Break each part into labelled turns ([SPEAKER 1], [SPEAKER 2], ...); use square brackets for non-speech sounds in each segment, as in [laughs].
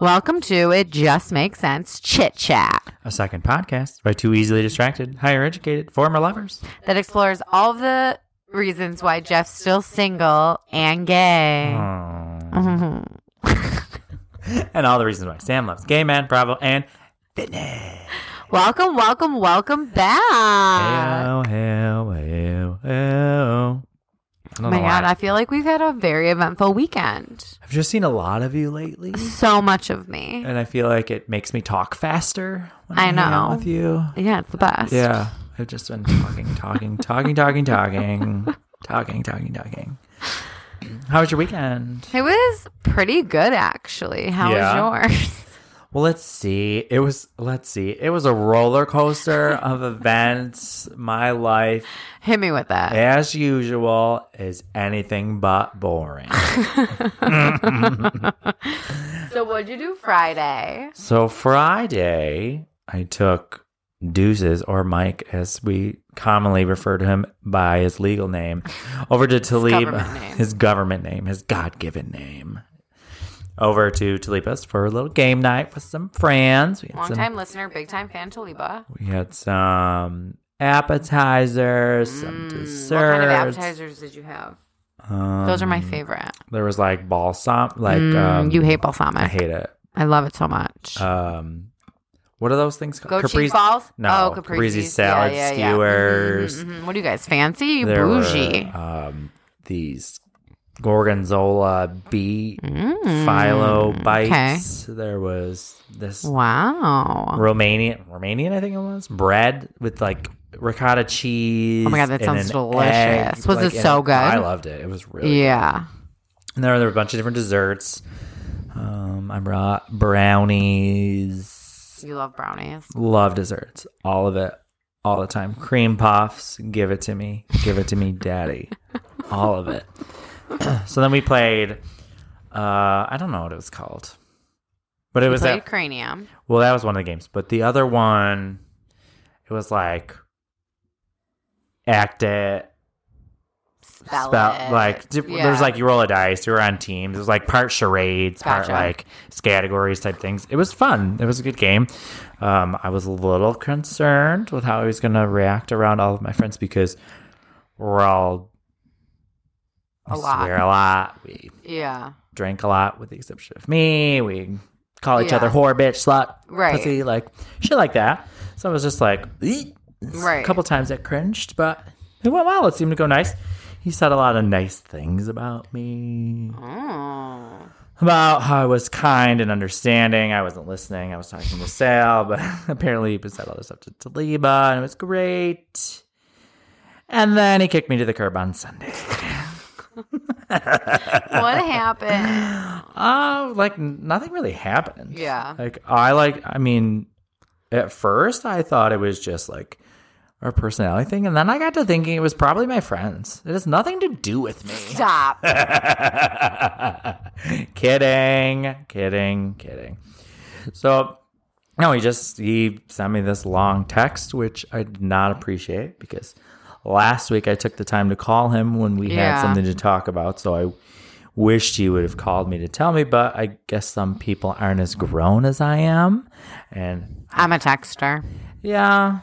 [SPEAKER 1] Welcome to It Just Makes Sense Chit Chat
[SPEAKER 2] A second podcast by two easily distracted, higher educated former lovers.
[SPEAKER 1] that explores all of the reasons why Jeff's still single and gay.
[SPEAKER 2] Aw. and all the reasons why Sam loves gay men, Bravo, and fitness.
[SPEAKER 1] Welcome, welcome, welcome back.
[SPEAKER 2] Heyo, heyo, heyo, heyo. I
[SPEAKER 1] Oh
[SPEAKER 2] don't
[SPEAKER 1] my
[SPEAKER 2] know why.
[SPEAKER 1] God, I feel like we've had a very eventful weekend.
[SPEAKER 2] I've just seen a lot of you lately,
[SPEAKER 1] So much of me.
[SPEAKER 2] and I feel like it makes me talk faster. When
[SPEAKER 1] I
[SPEAKER 2] I, hang out
[SPEAKER 1] know.
[SPEAKER 2] with you.
[SPEAKER 1] Yeah, it's the best.
[SPEAKER 2] Yeah, I've just been talking, talking, talking, talking, talking, talking, talking, talking. How was your weekend?
[SPEAKER 1] It was pretty good, actually. How
[SPEAKER 2] Yeah.
[SPEAKER 1] was yours? [laughs]
[SPEAKER 2] Well, let's see. It was let's see. It was a
[SPEAKER 1] [laughs]
[SPEAKER 2] roller coaster of events. My life,
[SPEAKER 1] Hit me with that.
[SPEAKER 2] as usual, is anything
[SPEAKER 1] [laughs]
[SPEAKER 2] but boring.
[SPEAKER 1] So, what'd you do Friday?
[SPEAKER 2] so Friday, I took Deuces or Mike, as we commonly refer to him by his
[SPEAKER 1] [laughs]
[SPEAKER 2] legal name, over to Talib, [laughs]
[SPEAKER 1] government name.
[SPEAKER 2] his government name, his God-given name. Over to Talipas for a little game night with some friends. We had
[SPEAKER 1] Long
[SPEAKER 2] some
[SPEAKER 1] time listener, big time fan, Taliba.
[SPEAKER 2] We had some appetizers, some
[SPEAKER 1] Mm,
[SPEAKER 2] desserts.
[SPEAKER 1] what kind of appetizers did you have?
[SPEAKER 2] Um,
[SPEAKER 1] Those are my favorite.
[SPEAKER 2] There was like balsam, like
[SPEAKER 1] Mm,
[SPEAKER 2] um,
[SPEAKER 1] you hate
[SPEAKER 2] I
[SPEAKER 1] balsamic.
[SPEAKER 2] hate it.
[SPEAKER 1] I love it so much.
[SPEAKER 2] Um, what are those things?
[SPEAKER 1] Go
[SPEAKER 2] called?
[SPEAKER 1] cheese balls. Oh,
[SPEAKER 2] No, caprese salad
[SPEAKER 1] Mm,
[SPEAKER 2] skewers.
[SPEAKER 1] Mhm, mhm, mhm. Mm-hmm, What do you guys fancy? You
[SPEAKER 2] There were,
[SPEAKER 1] bougie.
[SPEAKER 2] um, these gorgonzola beet
[SPEAKER 1] Mm,
[SPEAKER 2] philo
[SPEAKER 1] okay.
[SPEAKER 2] bites. There was this
[SPEAKER 1] Wow.
[SPEAKER 2] Romanian, Romanian, I think it was bread with like ricotta cheese.
[SPEAKER 1] Oh my God, that
[SPEAKER 2] and
[SPEAKER 1] sounds
[SPEAKER 2] an
[SPEAKER 1] delicious. Was it
[SPEAKER 2] in
[SPEAKER 1] so
[SPEAKER 2] a-
[SPEAKER 1] good?
[SPEAKER 2] I loved it. It was really.
[SPEAKER 1] yeah.
[SPEAKER 2] And there, there were a bunch of different desserts. Um, I brought brownies.
[SPEAKER 1] You love brownies.
[SPEAKER 2] Love desserts, all of it, all the time. Cream puffs. Give it to me. Give it to me, daddy. [laughs] all of it. [clears throat] so then we played. Uh, I don't know what it was called, but it was
[SPEAKER 1] Played
[SPEAKER 2] that
[SPEAKER 1] cranium.
[SPEAKER 2] well, that was one of the games, but the other one, it was like act it,
[SPEAKER 1] Spell, it.
[SPEAKER 2] like d-
[SPEAKER 1] Yeah.
[SPEAKER 2] there was like you roll a dice, you were on teams. It was like part charades,
[SPEAKER 1] Gotcha.
[SPEAKER 2] part like categories type things. It was fun. It was a good game. Um, I was a little concerned with how I was going to react around all of my friends because we're all
[SPEAKER 1] A
[SPEAKER 2] we
[SPEAKER 1] lot.
[SPEAKER 2] swear a lot. We
[SPEAKER 1] yeah.
[SPEAKER 2] drank a lot, with the exception of me. We call each
[SPEAKER 1] Yeah.
[SPEAKER 2] other whore, bitch, slut,
[SPEAKER 1] Right.
[SPEAKER 2] pussy, like shit like that. So I was just like, "Eek."
[SPEAKER 1] Right.
[SPEAKER 2] A couple times I cringed, but it went well. It seemed to go nice. He said a lot of nice things about me, [laughs]
[SPEAKER 1] Oh.
[SPEAKER 2] about how I was kind and understanding. I wasn't listening. I was talking to Sal, but [laughs] apparently he said all this stuff to Taliba, and it was great. And then he kicked me to the curb on Sunday.
[SPEAKER 1] What happened?
[SPEAKER 2] Uh, like nothing really happened.
[SPEAKER 1] Yeah.
[SPEAKER 2] Like I like I mean, at first I thought it was just like our personality thing, and then I got to thinking it was probably my friends. It has nothing to do with me. [laughs]
[SPEAKER 1] Stop.
[SPEAKER 2] kidding, kidding, kidding. So no, he just he sent me this long text, which I did not appreciate because last week I took the time to call him when we
[SPEAKER 1] Yeah.
[SPEAKER 2] had something to talk about. So I wished he would have called me to tell me, but I guess some people aren't as grown as I am. And
[SPEAKER 1] I'm a texter.
[SPEAKER 2] yeah,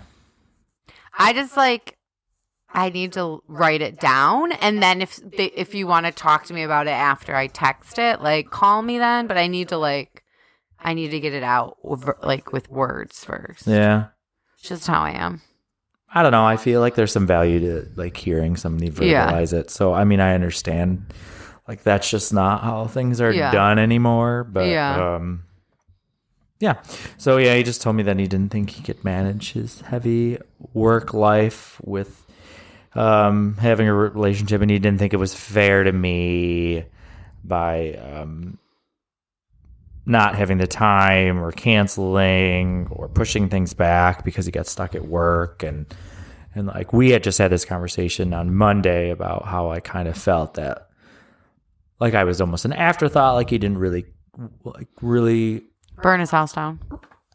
[SPEAKER 1] I just like I need to write it down, and then if they, if you want to talk to me about it after I text it, like call me then. But I need to like I need to get it out over, like with words first.
[SPEAKER 2] yeah.
[SPEAKER 1] It's just how I am.
[SPEAKER 2] I don't know. I feel like there's some value to like hearing somebody
[SPEAKER 1] Yeah.
[SPEAKER 2] verbalize it. So I mean, I understand. Like that's just not how things are
[SPEAKER 1] Yeah.
[SPEAKER 2] done anymore. But
[SPEAKER 1] Yeah.
[SPEAKER 2] yeah. um yeah. So yeah, he just told me that he didn't think he could manage his heavy work life with um having a relationship and he didn't think it was fair to me by um not having the time or canceling or pushing things back because he got stuck at work and and like we had just had this conversation on Monday about how I kind of felt that like I was almost an afterthought like he didn't really like really
[SPEAKER 1] Burn his house down.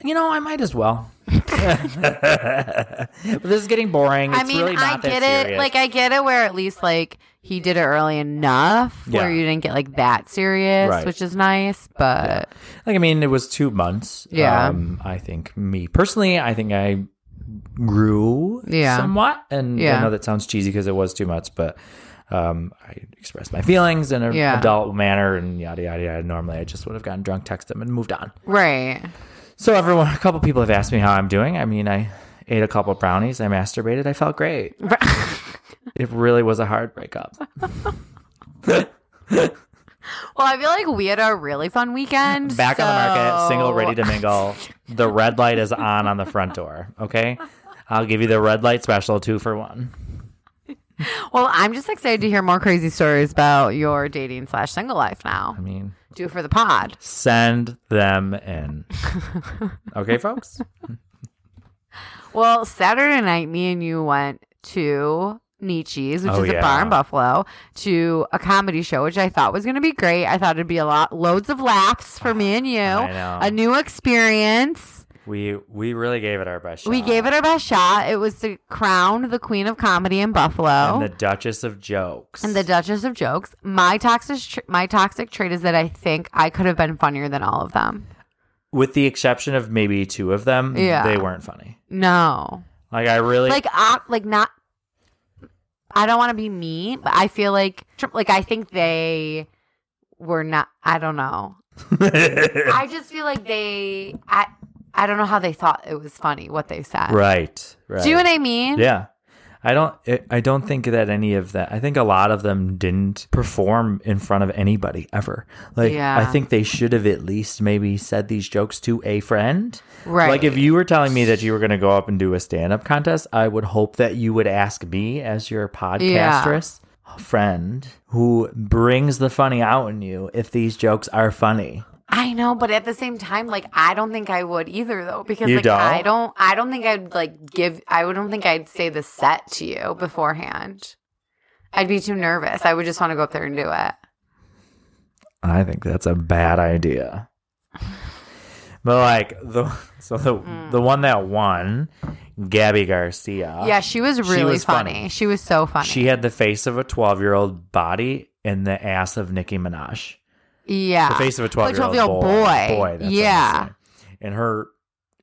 [SPEAKER 2] you know I might as well [laughs] but this is getting boring
[SPEAKER 1] I
[SPEAKER 2] It's
[SPEAKER 1] mean,
[SPEAKER 2] really
[SPEAKER 1] I
[SPEAKER 2] not that
[SPEAKER 1] get it.
[SPEAKER 2] serious.
[SPEAKER 1] Like I get it, where at least like he did it early enough where
[SPEAKER 2] Yeah.
[SPEAKER 1] you didn't get like that serious,
[SPEAKER 2] Right.
[SPEAKER 1] which is nice. But
[SPEAKER 2] Like, I mean, it was two months.
[SPEAKER 1] Yeah.
[SPEAKER 2] Um, I think me personally, I think I grew
[SPEAKER 1] Yeah.
[SPEAKER 2] somewhat. And I
[SPEAKER 1] Yeah.
[SPEAKER 2] know that sounds cheesy because it was two months, but um, I expressed my feelings in an
[SPEAKER 1] Yeah.
[SPEAKER 2] adult manner and yada, yada, yada. Normally, I just would have gotten drunk, texted them, and moved on.
[SPEAKER 1] right, [laughs]
[SPEAKER 2] So, everyone, [laughs] a couple people have asked me how I'm doing. I mean, I ate a couple brownies, I masturbated, I felt great. It really was a
[SPEAKER 1] [laughs]
[SPEAKER 2] hard breakup.
[SPEAKER 1] Well, I feel like we had a really fun weekend.
[SPEAKER 2] Back on the market,
[SPEAKER 1] so-
[SPEAKER 2] single, ready to mingle. The red light is on on the front door. Okay, I'll give you the red light special two for one.
[SPEAKER 1] Well, I'm just excited to hear more crazy stories about your dating slash single life now.
[SPEAKER 2] I mean,
[SPEAKER 1] Do it for the pod.
[SPEAKER 2] send them in. Okay, folks.
[SPEAKER 1] Well, Saturday night, me and you went to Nietzsche's, which
[SPEAKER 2] Oh,
[SPEAKER 1] is
[SPEAKER 2] yeah.
[SPEAKER 1] a bar in Buffalo, to a comedy show, which I thought was going to be great. I thought it'd be a lot, loads of laughs for me and you,
[SPEAKER 2] I know.
[SPEAKER 1] a new experience.
[SPEAKER 2] We we really gave it our best. Shot.
[SPEAKER 1] We gave it our best shot. It was to crown the queen of comedy in Buffalo.
[SPEAKER 2] And the Duchess of Jokes.
[SPEAKER 1] And the Duchess of Jokes. My toxic tr- my toxic trait is that I think I could have been funnier than all of them.
[SPEAKER 2] with the exception of maybe two of them,
[SPEAKER 1] Yeah.
[SPEAKER 2] they weren't funny.
[SPEAKER 1] No,
[SPEAKER 2] Like I really
[SPEAKER 1] like uh, like not. I don't want to be mean, but I feel like tr- like I think they were not. I don't know. I just feel like they. I I don't know how they thought it was funny what they said.
[SPEAKER 2] [laughs] right. Right.
[SPEAKER 1] Do you know what I mean?
[SPEAKER 2] Yeah. I don't I- I don't think that any of that I think a lot of them didn't perform in front of anybody ever. Like
[SPEAKER 1] Yeah.
[SPEAKER 2] I think they should have at least maybe said these jokes to a friend.
[SPEAKER 1] Right.
[SPEAKER 2] Like if you were telling me that you were going to go up and do a stand-up contest, I would hope that you would ask me as your podcastress friend who brings the funny out in you if these jokes are funny.
[SPEAKER 1] I know, but at the same time, like I don't think I would either, though, because
[SPEAKER 2] You
[SPEAKER 1] like
[SPEAKER 2] don't?
[SPEAKER 1] I don't, I don't think I'd like give. I would- don't think I'd say the set to you beforehand. I'd be too nervous. I would just want to go up there and do it.
[SPEAKER 2] I think that's a bad idea. But like the [laughs] so the the one that won, Gabby Garcia.
[SPEAKER 1] Mm. yeah, she was really
[SPEAKER 2] was
[SPEAKER 1] funny.
[SPEAKER 2] funny.
[SPEAKER 1] She was so funny.
[SPEAKER 2] She had the face of a 12-year-old body and the ass of Nicki Minaj.
[SPEAKER 1] yeah,
[SPEAKER 2] The face of a 12-year-old,
[SPEAKER 1] 12-year-old
[SPEAKER 2] boy.
[SPEAKER 1] boy.
[SPEAKER 2] Boy, that's what I'm
[SPEAKER 1] Yeah.
[SPEAKER 2] saying. And her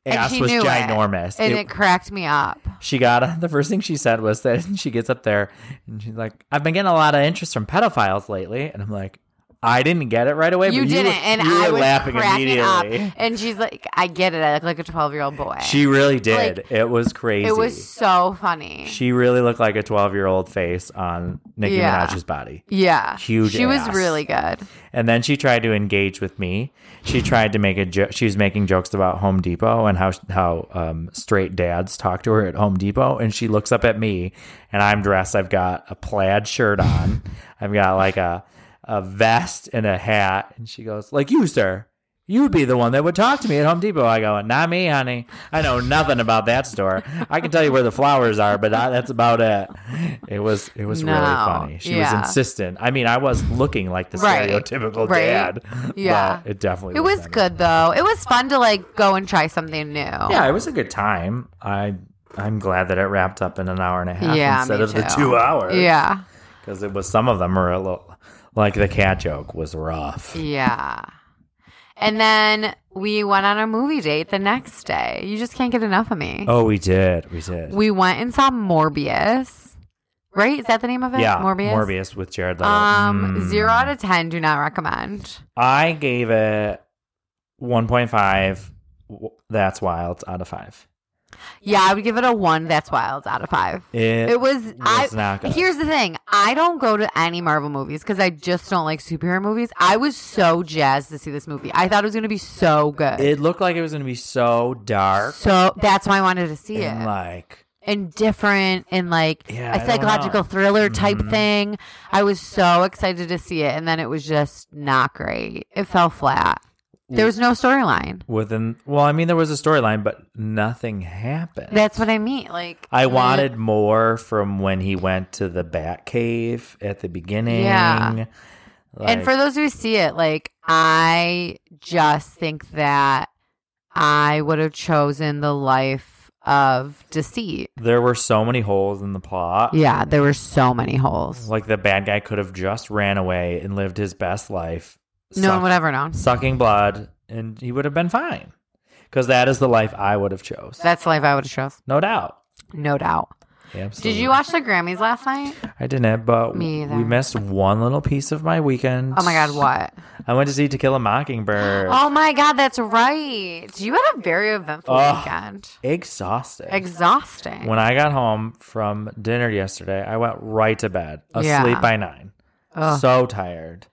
[SPEAKER 1] And
[SPEAKER 2] ass
[SPEAKER 1] she
[SPEAKER 2] was
[SPEAKER 1] knew it.
[SPEAKER 2] ginormous.
[SPEAKER 1] and
[SPEAKER 2] It-
[SPEAKER 1] it, cracked me up.
[SPEAKER 2] she got [laughs] the first thing she said was that [laughs] she gets up there and she's like, "I've been getting a lot of interest from pedophiles lately," and I'm like, "I didn't get it right away,
[SPEAKER 1] you
[SPEAKER 2] but
[SPEAKER 1] didn't,
[SPEAKER 2] you were,
[SPEAKER 1] and
[SPEAKER 2] you
[SPEAKER 1] I
[SPEAKER 2] were
[SPEAKER 1] was
[SPEAKER 2] laughing
[SPEAKER 1] cracking up.
[SPEAKER 2] immediately."
[SPEAKER 1] And she's like, "I get it. I look like a twelve-year-old boy."
[SPEAKER 2] She really did. it was crazy.
[SPEAKER 1] it was so funny.
[SPEAKER 2] She really looked like a 12 year old face on Nicki
[SPEAKER 1] Yeah.
[SPEAKER 2] Minaj's body.
[SPEAKER 1] yeah,
[SPEAKER 2] Huge
[SPEAKER 1] She
[SPEAKER 2] ass.
[SPEAKER 1] was really good.
[SPEAKER 2] And then she tried to engage with me. She tried to make a joke. She was making jokes about Home Depot and how how um, straight dads talk to her at Home Depot. And she looks up at me, and I'm dressed. I've got a plaid shirt on. I've got like a a vest and a hat. And she goes, "Like you, sir." You would be the one that would talk to me at Home Depot. I go, not me, honey. I know nothing about that store. I can tell you where the flowers are, but I, that's about it. It was it was really
[SPEAKER 1] No.
[SPEAKER 2] funny. She was
[SPEAKER 1] Yeah.
[SPEAKER 2] insistent. I mean, I was looking like the
[SPEAKER 1] Right.
[SPEAKER 2] stereotypical
[SPEAKER 1] Right.
[SPEAKER 2] dad.
[SPEAKER 1] Yeah.
[SPEAKER 2] But it definitely
[SPEAKER 1] It was
[SPEAKER 2] them.
[SPEAKER 1] good though. It was fun to like go and try something new.
[SPEAKER 2] Yeah, it was a good time. I I'm glad that it wrapped up in an hour and a half
[SPEAKER 1] Yeah,
[SPEAKER 2] instead
[SPEAKER 1] me
[SPEAKER 2] of the
[SPEAKER 1] too.
[SPEAKER 2] two hours.
[SPEAKER 1] Yeah.
[SPEAKER 2] because it was some of them were a little like the cat joke was rough.
[SPEAKER 1] Yeah. And then we went on a movie date the next day. You just can't get enough of me.
[SPEAKER 2] Oh, we did, we did.
[SPEAKER 1] We went and saw Morbius. Right? Is that the name of it?
[SPEAKER 2] yeah,
[SPEAKER 1] Morbius.
[SPEAKER 2] Morbius with Jared Leto.
[SPEAKER 1] Um,
[SPEAKER 2] Mm.
[SPEAKER 1] zero out of ten. Do not recommend.
[SPEAKER 2] I gave it 1.5. w- That's wild out of five.
[SPEAKER 1] Yeah, I would give it a one. That's wild out of five.
[SPEAKER 2] It,
[SPEAKER 1] It was. I,
[SPEAKER 2] was not good.
[SPEAKER 1] Here's the thing. I don't go to any Marvel movies because I just don't like superhero movies. I was so jazzed to see this movie. I thought it was going to be so good.
[SPEAKER 2] it looked like it was going to be so dark
[SPEAKER 1] so that's why I wanted to see
[SPEAKER 2] and
[SPEAKER 1] it.
[SPEAKER 2] like
[SPEAKER 1] And different and like
[SPEAKER 2] Yeah, I
[SPEAKER 1] a
[SPEAKER 2] don't
[SPEAKER 1] psychological
[SPEAKER 2] know.
[SPEAKER 1] thriller type
[SPEAKER 2] Mhm.
[SPEAKER 1] thing. I was so excited to see it. And then it was just not great. It fell flat. There was no storyline.
[SPEAKER 2] within well i mean there was a storyline but nothing happened
[SPEAKER 1] That's what I mean. Like,
[SPEAKER 2] i wanted more from when he went to the bat cave at the beginning
[SPEAKER 1] Yeah.
[SPEAKER 2] Like,
[SPEAKER 1] and for those who see it, like I just think that I would have chosen the life of deceit.
[SPEAKER 2] There were so many holes in the plot.
[SPEAKER 1] Yeah, there were so many holes.
[SPEAKER 2] Like the bad guy could have just ran away and lived his best life.
[SPEAKER 1] No one
[SPEAKER 2] suck-
[SPEAKER 1] would ever know.
[SPEAKER 2] Sucking blood, and he would have been fine. Because that is the life I would have chose.
[SPEAKER 1] That's the life I would have chose.
[SPEAKER 2] No doubt.
[SPEAKER 1] No doubt. Did
[SPEAKER 2] Absolutely.
[SPEAKER 1] you watch the Grammys last night?
[SPEAKER 2] I didn't, but
[SPEAKER 1] Me either.
[SPEAKER 2] we missed one little piece of my weekend.
[SPEAKER 1] Oh my God, what?
[SPEAKER 2] I went to see To Kill a Mockingbird.
[SPEAKER 1] Oh my God, that's right. You had a very eventful
[SPEAKER 2] Ugh.
[SPEAKER 1] weekend.
[SPEAKER 2] Exhausted.
[SPEAKER 1] Exhausting.
[SPEAKER 2] when I got home from dinner yesterday, I went right to bed, asleep
[SPEAKER 1] Yeah.
[SPEAKER 2] by nine.
[SPEAKER 1] Ugh.
[SPEAKER 2] So tired.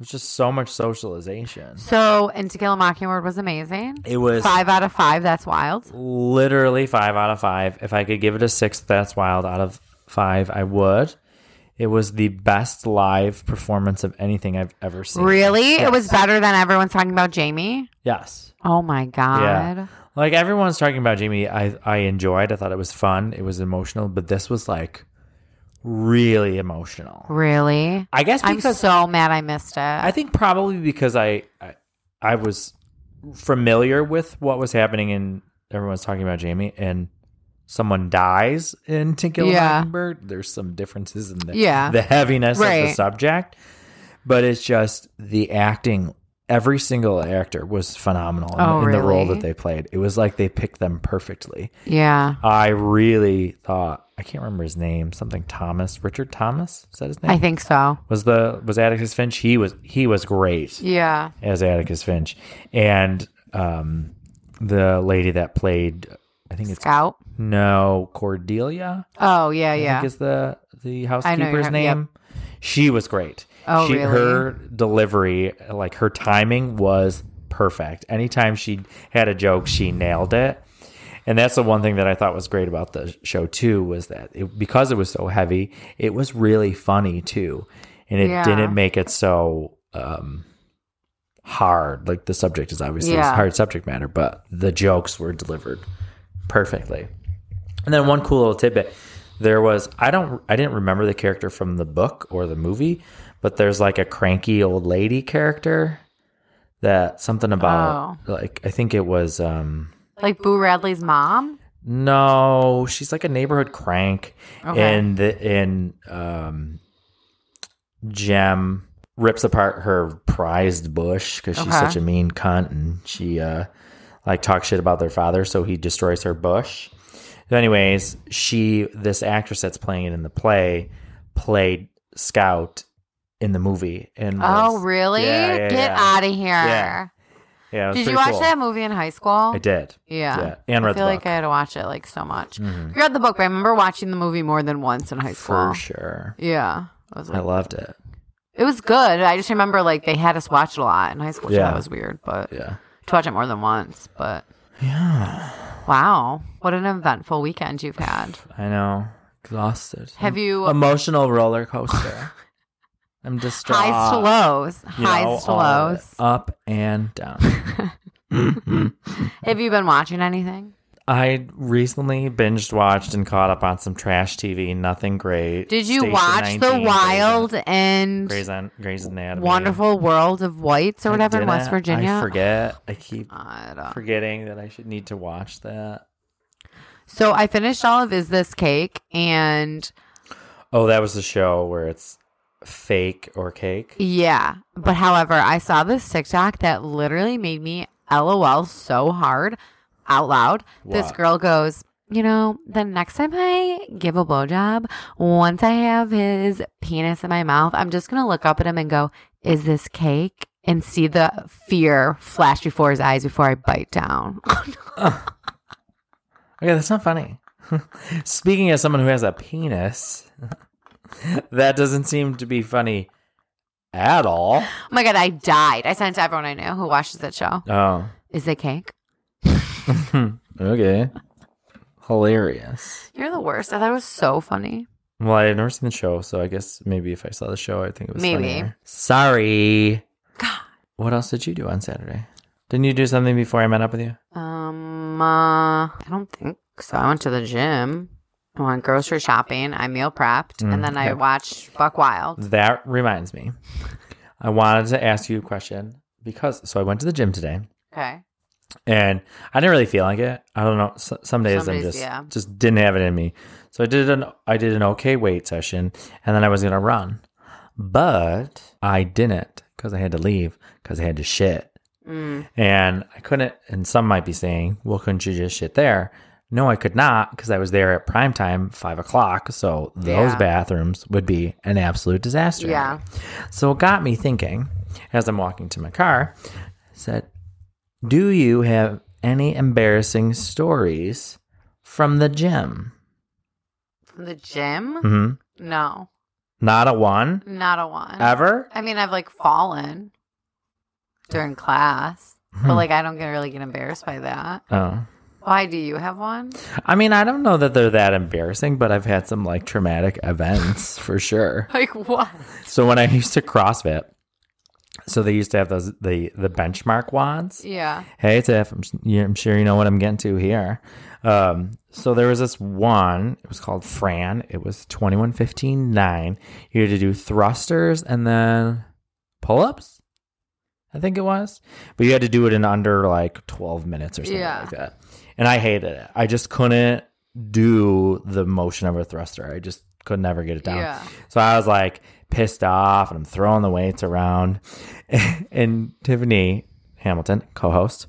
[SPEAKER 2] It was just so much socialization.
[SPEAKER 1] So, and To Kill a Mockingbird was amazing.
[SPEAKER 2] It was
[SPEAKER 1] Five out of five. That's wild.
[SPEAKER 2] literally five out of five. If I could give it a six, that's wild out of five, I would. It was the best live performance of anything I've ever seen.
[SPEAKER 1] Really? It was better than everyone's talking about Jamie?
[SPEAKER 2] Yes.
[SPEAKER 1] Oh my God.
[SPEAKER 2] Yeah. Like everyone's talking about Jamie, I I enjoyed. I thought it was fun. It was emotional, but this was like really emotional.
[SPEAKER 1] Really?
[SPEAKER 2] I guess
[SPEAKER 1] I'm
[SPEAKER 2] because
[SPEAKER 1] so mad I missed it.
[SPEAKER 2] I think probably because I, I I was familiar with what was happening and everyone's talking about Jamie and someone dies in To Kill a
[SPEAKER 1] Yeah.
[SPEAKER 2] Mockingbird. There's some differences in the
[SPEAKER 1] Yeah.
[SPEAKER 2] the heaviness of the
[SPEAKER 1] Right.
[SPEAKER 2] subject, but it's just the acting. Every single actor was phenomenal in,
[SPEAKER 1] Oh,
[SPEAKER 2] in the role
[SPEAKER 1] really?
[SPEAKER 2] that they played. It was like they picked them perfectly.
[SPEAKER 1] yeah.
[SPEAKER 2] I really thought I can't remember his name. Something Thomas, Richard Thomas. Is that his name?
[SPEAKER 1] I think so.
[SPEAKER 2] was the was Atticus Finch. He was he was great
[SPEAKER 1] Yeah.
[SPEAKER 2] as Atticus Finch, and um, the lady that played, I think it's
[SPEAKER 1] Scout.
[SPEAKER 2] no Cordelia.
[SPEAKER 1] Oh, yeah,
[SPEAKER 2] I
[SPEAKER 1] yeah.
[SPEAKER 2] think is the the
[SPEAKER 1] know you're
[SPEAKER 2] housekeeper's
[SPEAKER 1] talking- yep.
[SPEAKER 2] name. She was great.
[SPEAKER 1] Oh,
[SPEAKER 2] she,
[SPEAKER 1] really?
[SPEAKER 2] Her delivery, like her timing, was perfect. Anytime she had a joke, she nailed it. And that's the one thing that I thought was great about the show too was that it, because it was so heavy, it was really funny too, and it
[SPEAKER 1] Yeah.
[SPEAKER 2] didn't make it so um, hard. Like the subject is obviously
[SPEAKER 1] Yeah.
[SPEAKER 2] hard subject matter, but the jokes were delivered perfectly. And then one cool little tidbit. There was I don't I didn't remember the character from the book or the movie, but there's like a cranky old lady character that something about like I think it was um
[SPEAKER 1] Like Boo Radley's mom?
[SPEAKER 2] no, she's like a neighborhood crank
[SPEAKER 1] Okay.
[SPEAKER 2] and the and um Jem rips apart her prized bush cuz she's
[SPEAKER 1] Okay.
[SPEAKER 2] such a mean cunt and she uh like talks shit about their father so he destroys her bush. So anyways, she this actress that's playing it in the play played Scout in the movie and
[SPEAKER 1] Oh,
[SPEAKER 2] was-
[SPEAKER 1] really?
[SPEAKER 2] Yeah, yeah,
[SPEAKER 1] Get
[SPEAKER 2] yeah.
[SPEAKER 1] out of here.
[SPEAKER 2] Yeah. Yeah, it was
[SPEAKER 1] Did you
[SPEAKER 2] pretty
[SPEAKER 1] watch
[SPEAKER 2] cool.
[SPEAKER 1] that movie in high school?
[SPEAKER 2] I did.
[SPEAKER 1] Yeah.
[SPEAKER 2] Yeah, and read
[SPEAKER 1] I feel
[SPEAKER 2] the
[SPEAKER 1] like
[SPEAKER 2] book. Mm-hmm.
[SPEAKER 1] I had to watch it like so much. I read the book, but I remember watching the movie more than once in high school.
[SPEAKER 2] For sure.
[SPEAKER 1] Yeah. I was
[SPEAKER 2] I
[SPEAKER 1] like,
[SPEAKER 2] loved it.
[SPEAKER 1] it was good. I just remember like they had us watch it a lot in high school. Yeah.
[SPEAKER 2] Yeah.
[SPEAKER 1] That was weird, but
[SPEAKER 2] Yeah.
[SPEAKER 1] to watch it more than once. But
[SPEAKER 2] Yeah.
[SPEAKER 1] wow, what an eventful weekend you've had.
[SPEAKER 2] I know. Exhausted.
[SPEAKER 1] Have you
[SPEAKER 2] Oh emotional roller
[SPEAKER 1] [laughs]
[SPEAKER 2] coaster? I'm distraught.
[SPEAKER 1] highs to lows?
[SPEAKER 2] You know, uh,
[SPEAKER 1] Highs to
[SPEAKER 2] all of it.
[SPEAKER 1] lows.
[SPEAKER 2] Up
[SPEAKER 1] [laughs]
[SPEAKER 2] and down.
[SPEAKER 1] Have you been watching anything?
[SPEAKER 2] I recently binged watched and caught up on some trash TV. Nothing great.
[SPEAKER 1] Did you
[SPEAKER 2] Station
[SPEAKER 1] watch
[SPEAKER 2] 19,
[SPEAKER 1] The
[SPEAKER 2] Grey's-
[SPEAKER 1] Wild and
[SPEAKER 2] Grey's, An- Grey's Anatomy.
[SPEAKER 1] Wonderful World of Whites or
[SPEAKER 2] I
[SPEAKER 1] whatever in West
[SPEAKER 2] didn't.
[SPEAKER 1] Virginia? Uh.
[SPEAKER 2] I forget. I keep
[SPEAKER 1] I don't-
[SPEAKER 2] forgetting that I should need to watch that.
[SPEAKER 1] So I finished all of Is This Cake and
[SPEAKER 2] Oh, that was the show where it's fake or cake.
[SPEAKER 1] yeah. But however, I saw this TikTok that literally made me LOL so hard out loud. This
[SPEAKER 2] What?
[SPEAKER 1] girl goes, You know, the next time I give a blowjob, once I have his penis in my mouth, I'm just going to look up at him and go, Is this cake? And see the fear flash before his eyes before I bite down. [laughs] Oh
[SPEAKER 2] Okay, that's not funny. [laughs] Speaking as someone who has a penis, [laughs] that doesn't seem to be funny at all.
[SPEAKER 1] oh my God, I died. I sent it to everyone I knew who watches that show.
[SPEAKER 2] Oh, [laughs]
[SPEAKER 1] Is it cake?
[SPEAKER 2] okay. Hilarious.
[SPEAKER 1] You're the worst. I thought it was so funny.
[SPEAKER 2] Well, I had never seen the show, so I guess maybe if I saw the show, I think it was
[SPEAKER 1] Maybe.
[SPEAKER 2] funnier. Sorry. What else did you do on Saturday? Didn't you do something before I met up with you?
[SPEAKER 1] Um, uh, I don't think so. I went to the gym. I went grocery shopping. I meal prepped, and then I
[SPEAKER 2] Mm, okay.
[SPEAKER 1] watched Buck Wild.
[SPEAKER 2] That reminds me. I wanted to ask you a question because so I went to the gym today
[SPEAKER 1] Okay.
[SPEAKER 2] and I didn't really feel like it. I don't know. So, some days
[SPEAKER 1] Some
[SPEAKER 2] I'm
[SPEAKER 1] days,
[SPEAKER 2] just
[SPEAKER 1] yeah.
[SPEAKER 2] just didn't have it in me. So I did an I did an okay weight session, and then I was gonna run, but I didn't because I had to leave because I had to shit,
[SPEAKER 1] Mm.
[SPEAKER 2] and I couldn't. And some might be saying, "Well, couldn't you just shit there?" No, I could not because I was there at prime time, five o'clock. So those
[SPEAKER 1] Yeah.
[SPEAKER 2] bathrooms would be an absolute disaster.
[SPEAKER 1] Yeah.
[SPEAKER 2] So it got me thinking as I'm walking to my car, I said, Do you have any embarrassing stories from the gym?
[SPEAKER 1] From the gym?
[SPEAKER 2] hmm
[SPEAKER 1] No,
[SPEAKER 2] Not a one
[SPEAKER 1] not a one.
[SPEAKER 2] ever.
[SPEAKER 1] I mean, I've like fallen during class,
[SPEAKER 2] Hmm.
[SPEAKER 1] but like I don't get really get embarrassed by that.
[SPEAKER 2] Oh.
[SPEAKER 1] Why do you have one?
[SPEAKER 2] I mean, I don't know that they're that embarrassing, but I've had some like traumatic [laughs] events for sure.
[SPEAKER 1] [laughs] Like what?
[SPEAKER 2] So when I used to CrossFit, so they used to have those the the benchmark wads.
[SPEAKER 1] Yeah.
[SPEAKER 2] Hey Tiff, I'm, s- yeah, I'm sure you know what I'm getting to here. Um, so there was this one. It was called Fran. It was twenty one fifteen nine. You had to do thrusters and then pull ups. I think it was, but you had to do it in under like twelve minutes or something
[SPEAKER 1] Yeah.
[SPEAKER 2] like that. And I hated it. I just couldn't do the motion of a thruster. I just could never get it down.
[SPEAKER 1] Yeah.
[SPEAKER 2] So I was like pissed off and I'm throwing the weights around. [laughs] and Tiffany Hamilton, co host,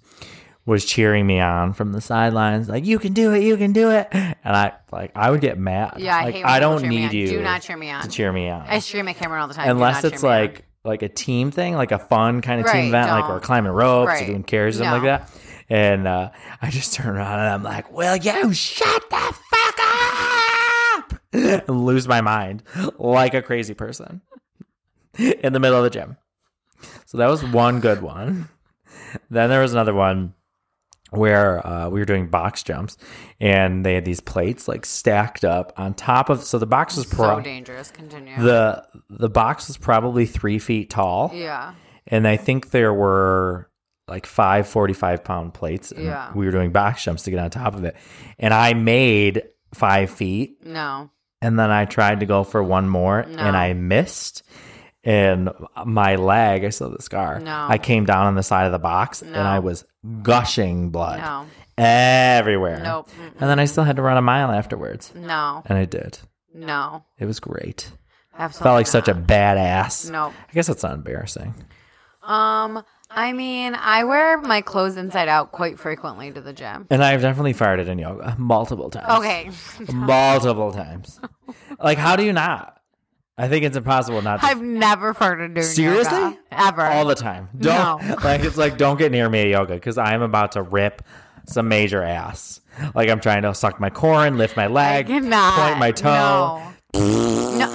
[SPEAKER 2] was cheering me on from the sidelines, like, you can do it, you can do it. And I like I would get mad.
[SPEAKER 1] Yeah, I
[SPEAKER 2] like,
[SPEAKER 1] hate when people
[SPEAKER 2] don't
[SPEAKER 1] cheer me
[SPEAKER 2] need
[SPEAKER 1] on.
[SPEAKER 2] you
[SPEAKER 1] Do not cheer me on.
[SPEAKER 2] to cheer me on.
[SPEAKER 1] I scream at Cameron all the time. Do
[SPEAKER 2] Unless
[SPEAKER 1] not
[SPEAKER 2] it's
[SPEAKER 1] cheer me on.
[SPEAKER 2] like like a team thing, like a fun kind of
[SPEAKER 1] Right,
[SPEAKER 2] team event, like
[SPEAKER 1] don't.
[SPEAKER 2] we're climbing ropes
[SPEAKER 1] Right.
[SPEAKER 2] or doing carries or something
[SPEAKER 1] No.
[SPEAKER 2] like that. And uh, I just turn around and I'm like, Will you shut the fuck up? [laughs] And lose my mind like a crazy person in the middle of the gym. So that was one good one. Then there was another one where uh, we were doing box jumps and they had these plates like stacked up on top of. So the box was
[SPEAKER 1] so
[SPEAKER 2] pro-
[SPEAKER 1] dangerous. Continue.
[SPEAKER 2] the the box was probably three feet tall
[SPEAKER 1] yeah.
[SPEAKER 2] and i think there were like five 45 pound plates and
[SPEAKER 1] Yeah.
[SPEAKER 2] we were doing box jumps to get on top of it and i made five feet
[SPEAKER 1] No.
[SPEAKER 2] and then i tried to go for one more
[SPEAKER 1] No.
[SPEAKER 2] and i missed and my leg i saw the scar
[SPEAKER 1] No.
[SPEAKER 2] i came down on the side of the box and
[SPEAKER 1] No.
[SPEAKER 2] i was gushing blood
[SPEAKER 1] No.
[SPEAKER 2] everywhere
[SPEAKER 1] Nope. Mm-mm.
[SPEAKER 2] and then i still had to run a mile afterwards
[SPEAKER 1] No.
[SPEAKER 2] and i did
[SPEAKER 1] No.
[SPEAKER 2] it was great
[SPEAKER 1] Absolutely.
[SPEAKER 2] felt like
[SPEAKER 1] [sighs]
[SPEAKER 2] such a
[SPEAKER 1] not.
[SPEAKER 2] badass
[SPEAKER 1] Nope.
[SPEAKER 2] I guess that's not embarrassing.
[SPEAKER 1] Um. I mean, I wear my clothes inside out quite frequently to the gym.
[SPEAKER 2] And I've definitely farted in yoga multiple times.
[SPEAKER 1] Okay. [laughs]
[SPEAKER 2] Multiple times. Like, how do you not? I think it's impossible not to.
[SPEAKER 1] I've never farted during
[SPEAKER 2] Seriously?
[SPEAKER 1] yoga, ever.
[SPEAKER 2] all the time. Don't [laughs]
[SPEAKER 1] No.
[SPEAKER 2] like it's like don't get near me at yoga because I am about to rip some major ass. Like I'm trying to suck my corn, lift my leg,
[SPEAKER 1] cannot.
[SPEAKER 2] point my toe.
[SPEAKER 1] No,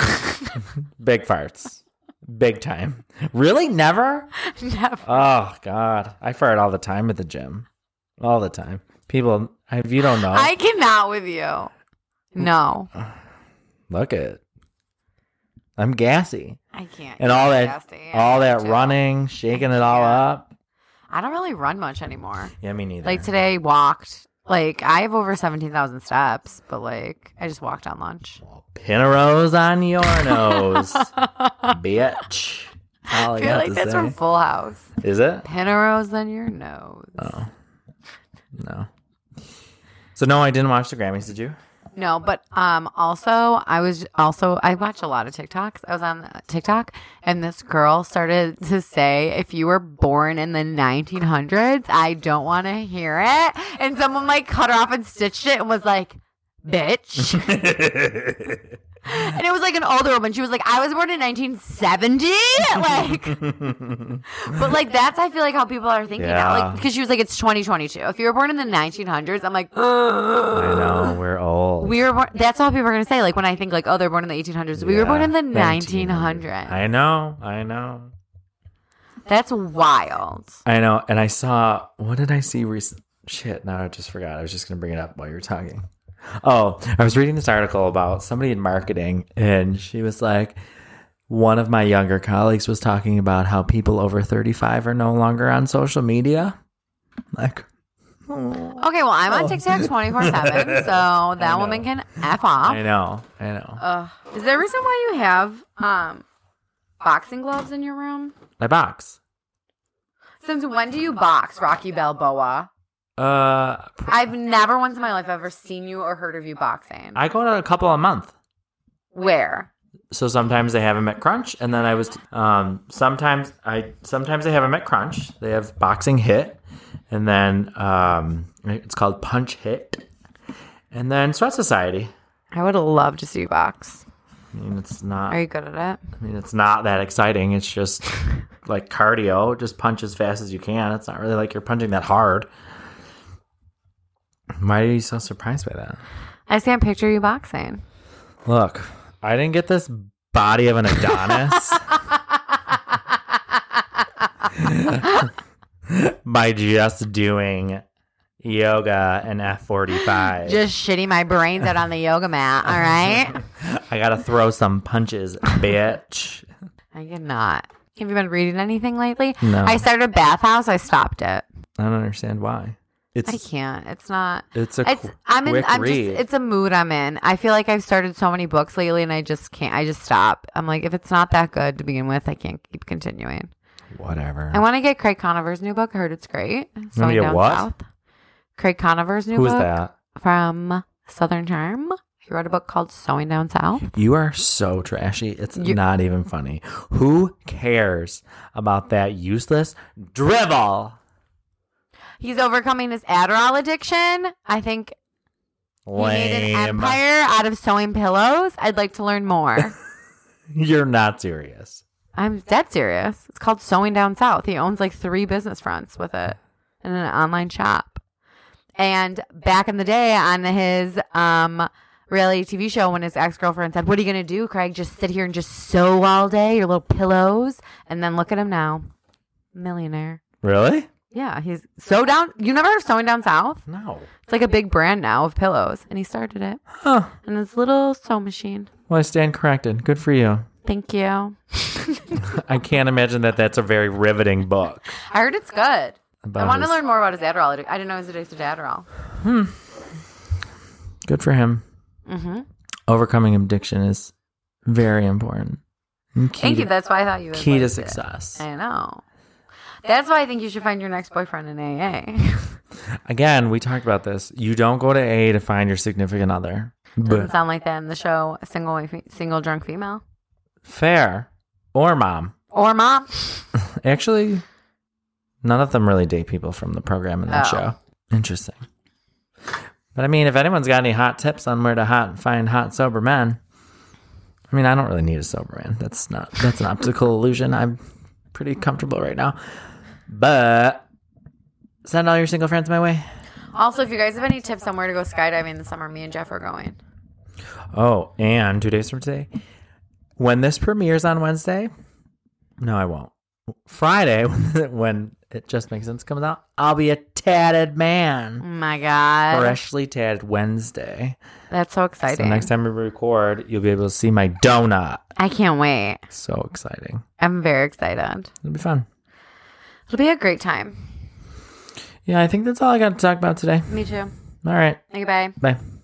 [SPEAKER 2] Big farts. Big time. Really? Never?
[SPEAKER 1] no [laughs] never.
[SPEAKER 2] Oh God. I fart all the time at the gym. All the time. People if you don't know,
[SPEAKER 1] I cannot with you. No,
[SPEAKER 2] Uh-huh. look it. I'm gassy.
[SPEAKER 1] I can't.
[SPEAKER 2] and all that
[SPEAKER 1] Nasty, yeah,
[SPEAKER 2] all that
[SPEAKER 1] too.
[SPEAKER 2] running, shaking it all
[SPEAKER 1] Yeah.
[SPEAKER 2] up.
[SPEAKER 1] I don't really run much anymore.
[SPEAKER 2] Yeah, me neither.
[SPEAKER 1] Like today, walked. Like I have over seventeen thousand steps, but like I just walked on lunch.
[SPEAKER 2] Pin a rose
[SPEAKER 1] [laughs]
[SPEAKER 2] on your nose, bitch. All I
[SPEAKER 1] I feel
[SPEAKER 2] got
[SPEAKER 1] like
[SPEAKER 2] to
[SPEAKER 1] that's
[SPEAKER 2] say.
[SPEAKER 1] from Full House.
[SPEAKER 2] Is it?
[SPEAKER 1] Pinneros on your nose.
[SPEAKER 2] No. So no, I didn't watch the Grammys.
[SPEAKER 1] [laughs]
[SPEAKER 2] Did you?
[SPEAKER 1] No, but um, also I was also I watch a lot of TikToks. I was on TikTok, and this girl started to say, "If you were born in the 1900s, I don't want to hear it." And someone like cut her off and stitched it and was like,
[SPEAKER 2] [laughs]
[SPEAKER 1] "Bitch!" and it was like an older woman. She was like, "I was born in 1970." [laughs] Like, but like that's I feel like how people are thinking now.
[SPEAKER 2] Yeah.
[SPEAKER 1] Like because she was like, "It's 2022. If you were born in the 1900s, I'm like." [gasps]
[SPEAKER 2] I know we're old.
[SPEAKER 1] We were born. That's all people are gonna say. Like when I think like, oh, they're born in the 1800s. We were born
[SPEAKER 2] Yeah,
[SPEAKER 1] in the
[SPEAKER 2] 1900.
[SPEAKER 1] 1900s.
[SPEAKER 2] I know. I know.
[SPEAKER 1] That's wild.
[SPEAKER 2] I know. And I saw. What did I see recent? Shit. Now I just forgot. I was just gonna bring it up while you were talking. Oh, I was reading this article about somebody in marketing, and she was like, one of my younger colleagues was talking about how people over 35 are no longer on social media. Like,
[SPEAKER 1] Okay, well, I'm on TikTok 24 seven,
[SPEAKER 2] [laughs]
[SPEAKER 1] so
[SPEAKER 2] Oh. I
[SPEAKER 1] that
[SPEAKER 2] know.
[SPEAKER 1] woman can f off.
[SPEAKER 2] I know, I know.
[SPEAKER 1] Ugh. Is there a reason why you have um boxing gloves in your room?
[SPEAKER 2] I box.
[SPEAKER 1] Since when do you box, Rocky Balboa?
[SPEAKER 2] Uh,
[SPEAKER 1] I've never once in my life ever seen you or heard of you boxing.
[SPEAKER 2] I go to a couple a month.
[SPEAKER 1] Where?
[SPEAKER 2] So sometimes they have them at Crunch, and then I was um, sometimes I sometimes they have them at Crunch. They have boxing hit, and then um, it's called Punch Hit, and then Sweat Society.
[SPEAKER 1] I would love to see you box.
[SPEAKER 2] I mean, it's not.
[SPEAKER 1] Are you good at it?
[SPEAKER 2] I mean, it's not that exciting. It's just like cardio. Just punch as fast as you can. It's not really like you're punching that hard. Why are you so surprised by that?
[SPEAKER 1] I can't picture you boxing.
[SPEAKER 2] Look, I didn't get this body of an [laughs] Adonis by just doing yoga and F45.
[SPEAKER 1] Just shitting my brains out on the yoga mat, all
[SPEAKER 2] [laughs]
[SPEAKER 1] right?
[SPEAKER 2] I gotta throw some punches, bitch.
[SPEAKER 1] I cannot. Have you been reading anything lately?
[SPEAKER 2] No.
[SPEAKER 1] I started Bathhouse, I stopped it.
[SPEAKER 2] I don't understand why. It's
[SPEAKER 1] I can't. It's not
[SPEAKER 2] it's a
[SPEAKER 1] it's
[SPEAKER 2] qu-
[SPEAKER 1] I'm in
[SPEAKER 2] quick
[SPEAKER 1] I'm
[SPEAKER 2] read.
[SPEAKER 1] just it's a mood I'm in. I feel like I've started so many books lately and I just can't I just stop. I'm like if it's not that good to begin with, I can't keep continuing.
[SPEAKER 2] whatever.
[SPEAKER 1] I want to get Craig Conover's new book. I heard it's great. Going
[SPEAKER 2] get
[SPEAKER 1] down
[SPEAKER 2] what?
[SPEAKER 1] south. Craig Conover's new
[SPEAKER 2] Who is
[SPEAKER 1] book
[SPEAKER 2] that?
[SPEAKER 1] from Southern Charm. He wrote a book called Sewing Down South.
[SPEAKER 2] You are so trashy. It's
[SPEAKER 1] You-
[SPEAKER 2] not even funny. Who cares about that useless drivel?
[SPEAKER 1] He's overcoming his Adderall addiction. I think he made an
[SPEAKER 2] Lame.
[SPEAKER 1] empire out of sewing pillows. I'd like to learn
[SPEAKER 2] [laughs]
[SPEAKER 1] more.
[SPEAKER 2] You're not serious.
[SPEAKER 1] I'm dead serious. It's called Sewing Down South. He owns like three business fronts with it and an online shop. And back in the day on his um reality TV show when his ex-girlfriend said, "What are you going to do, Craig? Just sit here and just sew all day your little pillows?" And then look at him now. Millionaire.
[SPEAKER 2] Really?
[SPEAKER 1] Yeah, he's so down. You never heard of Sewing Down South?
[SPEAKER 2] No.
[SPEAKER 1] It's like a big brand now of pillows, and he started it.
[SPEAKER 2] Huh.
[SPEAKER 1] And his little sew machine.
[SPEAKER 2] Well, I stand corrected. Good for you.
[SPEAKER 1] Thank you.
[SPEAKER 2] I can't imagine that that's a very riveting book.
[SPEAKER 1] I heard it's good.
[SPEAKER 2] About
[SPEAKER 1] I want to
[SPEAKER 2] his-
[SPEAKER 1] learn more about his Adderall. addic- I didn't know he was addicted to Adderall.
[SPEAKER 2] Good for him.
[SPEAKER 1] Mm-hmm.
[SPEAKER 2] Overcoming addiction is very important. And key,
[SPEAKER 1] Thank
[SPEAKER 2] to,
[SPEAKER 1] you. That's why I thought you. would
[SPEAKER 2] key
[SPEAKER 1] liked
[SPEAKER 2] to
[SPEAKER 1] it.
[SPEAKER 2] success.
[SPEAKER 1] I know. That's why I think you should find your next boyfriend in [laughs] AA.
[SPEAKER 2] Again, we talked about this. You don't go to A to find your significant other.
[SPEAKER 1] Doesn't
[SPEAKER 2] But
[SPEAKER 1] sound like that in the show. Single, white fe- single drunk female
[SPEAKER 2] fair or mom.
[SPEAKER 1] or mom.
[SPEAKER 2] Actually, none of them really date people from the program in that
[SPEAKER 1] Oh.
[SPEAKER 2] show. Interesting. But I mean, if anyone's got any hot tips on where to hot find hot sober men, I mean, I don't really need a sober man. That's not that's an optical illusion. I'm pretty comfortable right now. But send all your single friends my way.
[SPEAKER 1] Also, if you guys have any tips on where to go skydiving this summer, me and Jeff are going.
[SPEAKER 2] Oh, and two days from today, when this premieres on Wednesday, no, I won't. Friday, [laughs] when it just makes sense comes out, I'll be a tatted man.
[SPEAKER 1] Oh my god,
[SPEAKER 2] freshly tatted Wednesday.
[SPEAKER 1] that's so
[SPEAKER 2] So
[SPEAKER 1] exciting!
[SPEAKER 2] next time we record, you'll be able to see my donut.
[SPEAKER 1] I can't wait.
[SPEAKER 2] So exciting!
[SPEAKER 1] I'm very excited.
[SPEAKER 2] It'll be fun.
[SPEAKER 1] It'll be a great time.
[SPEAKER 2] Yeah, I think that's all I got to talk about today.
[SPEAKER 1] Me too.
[SPEAKER 2] All right,
[SPEAKER 1] Okay, bye.
[SPEAKER 2] bye.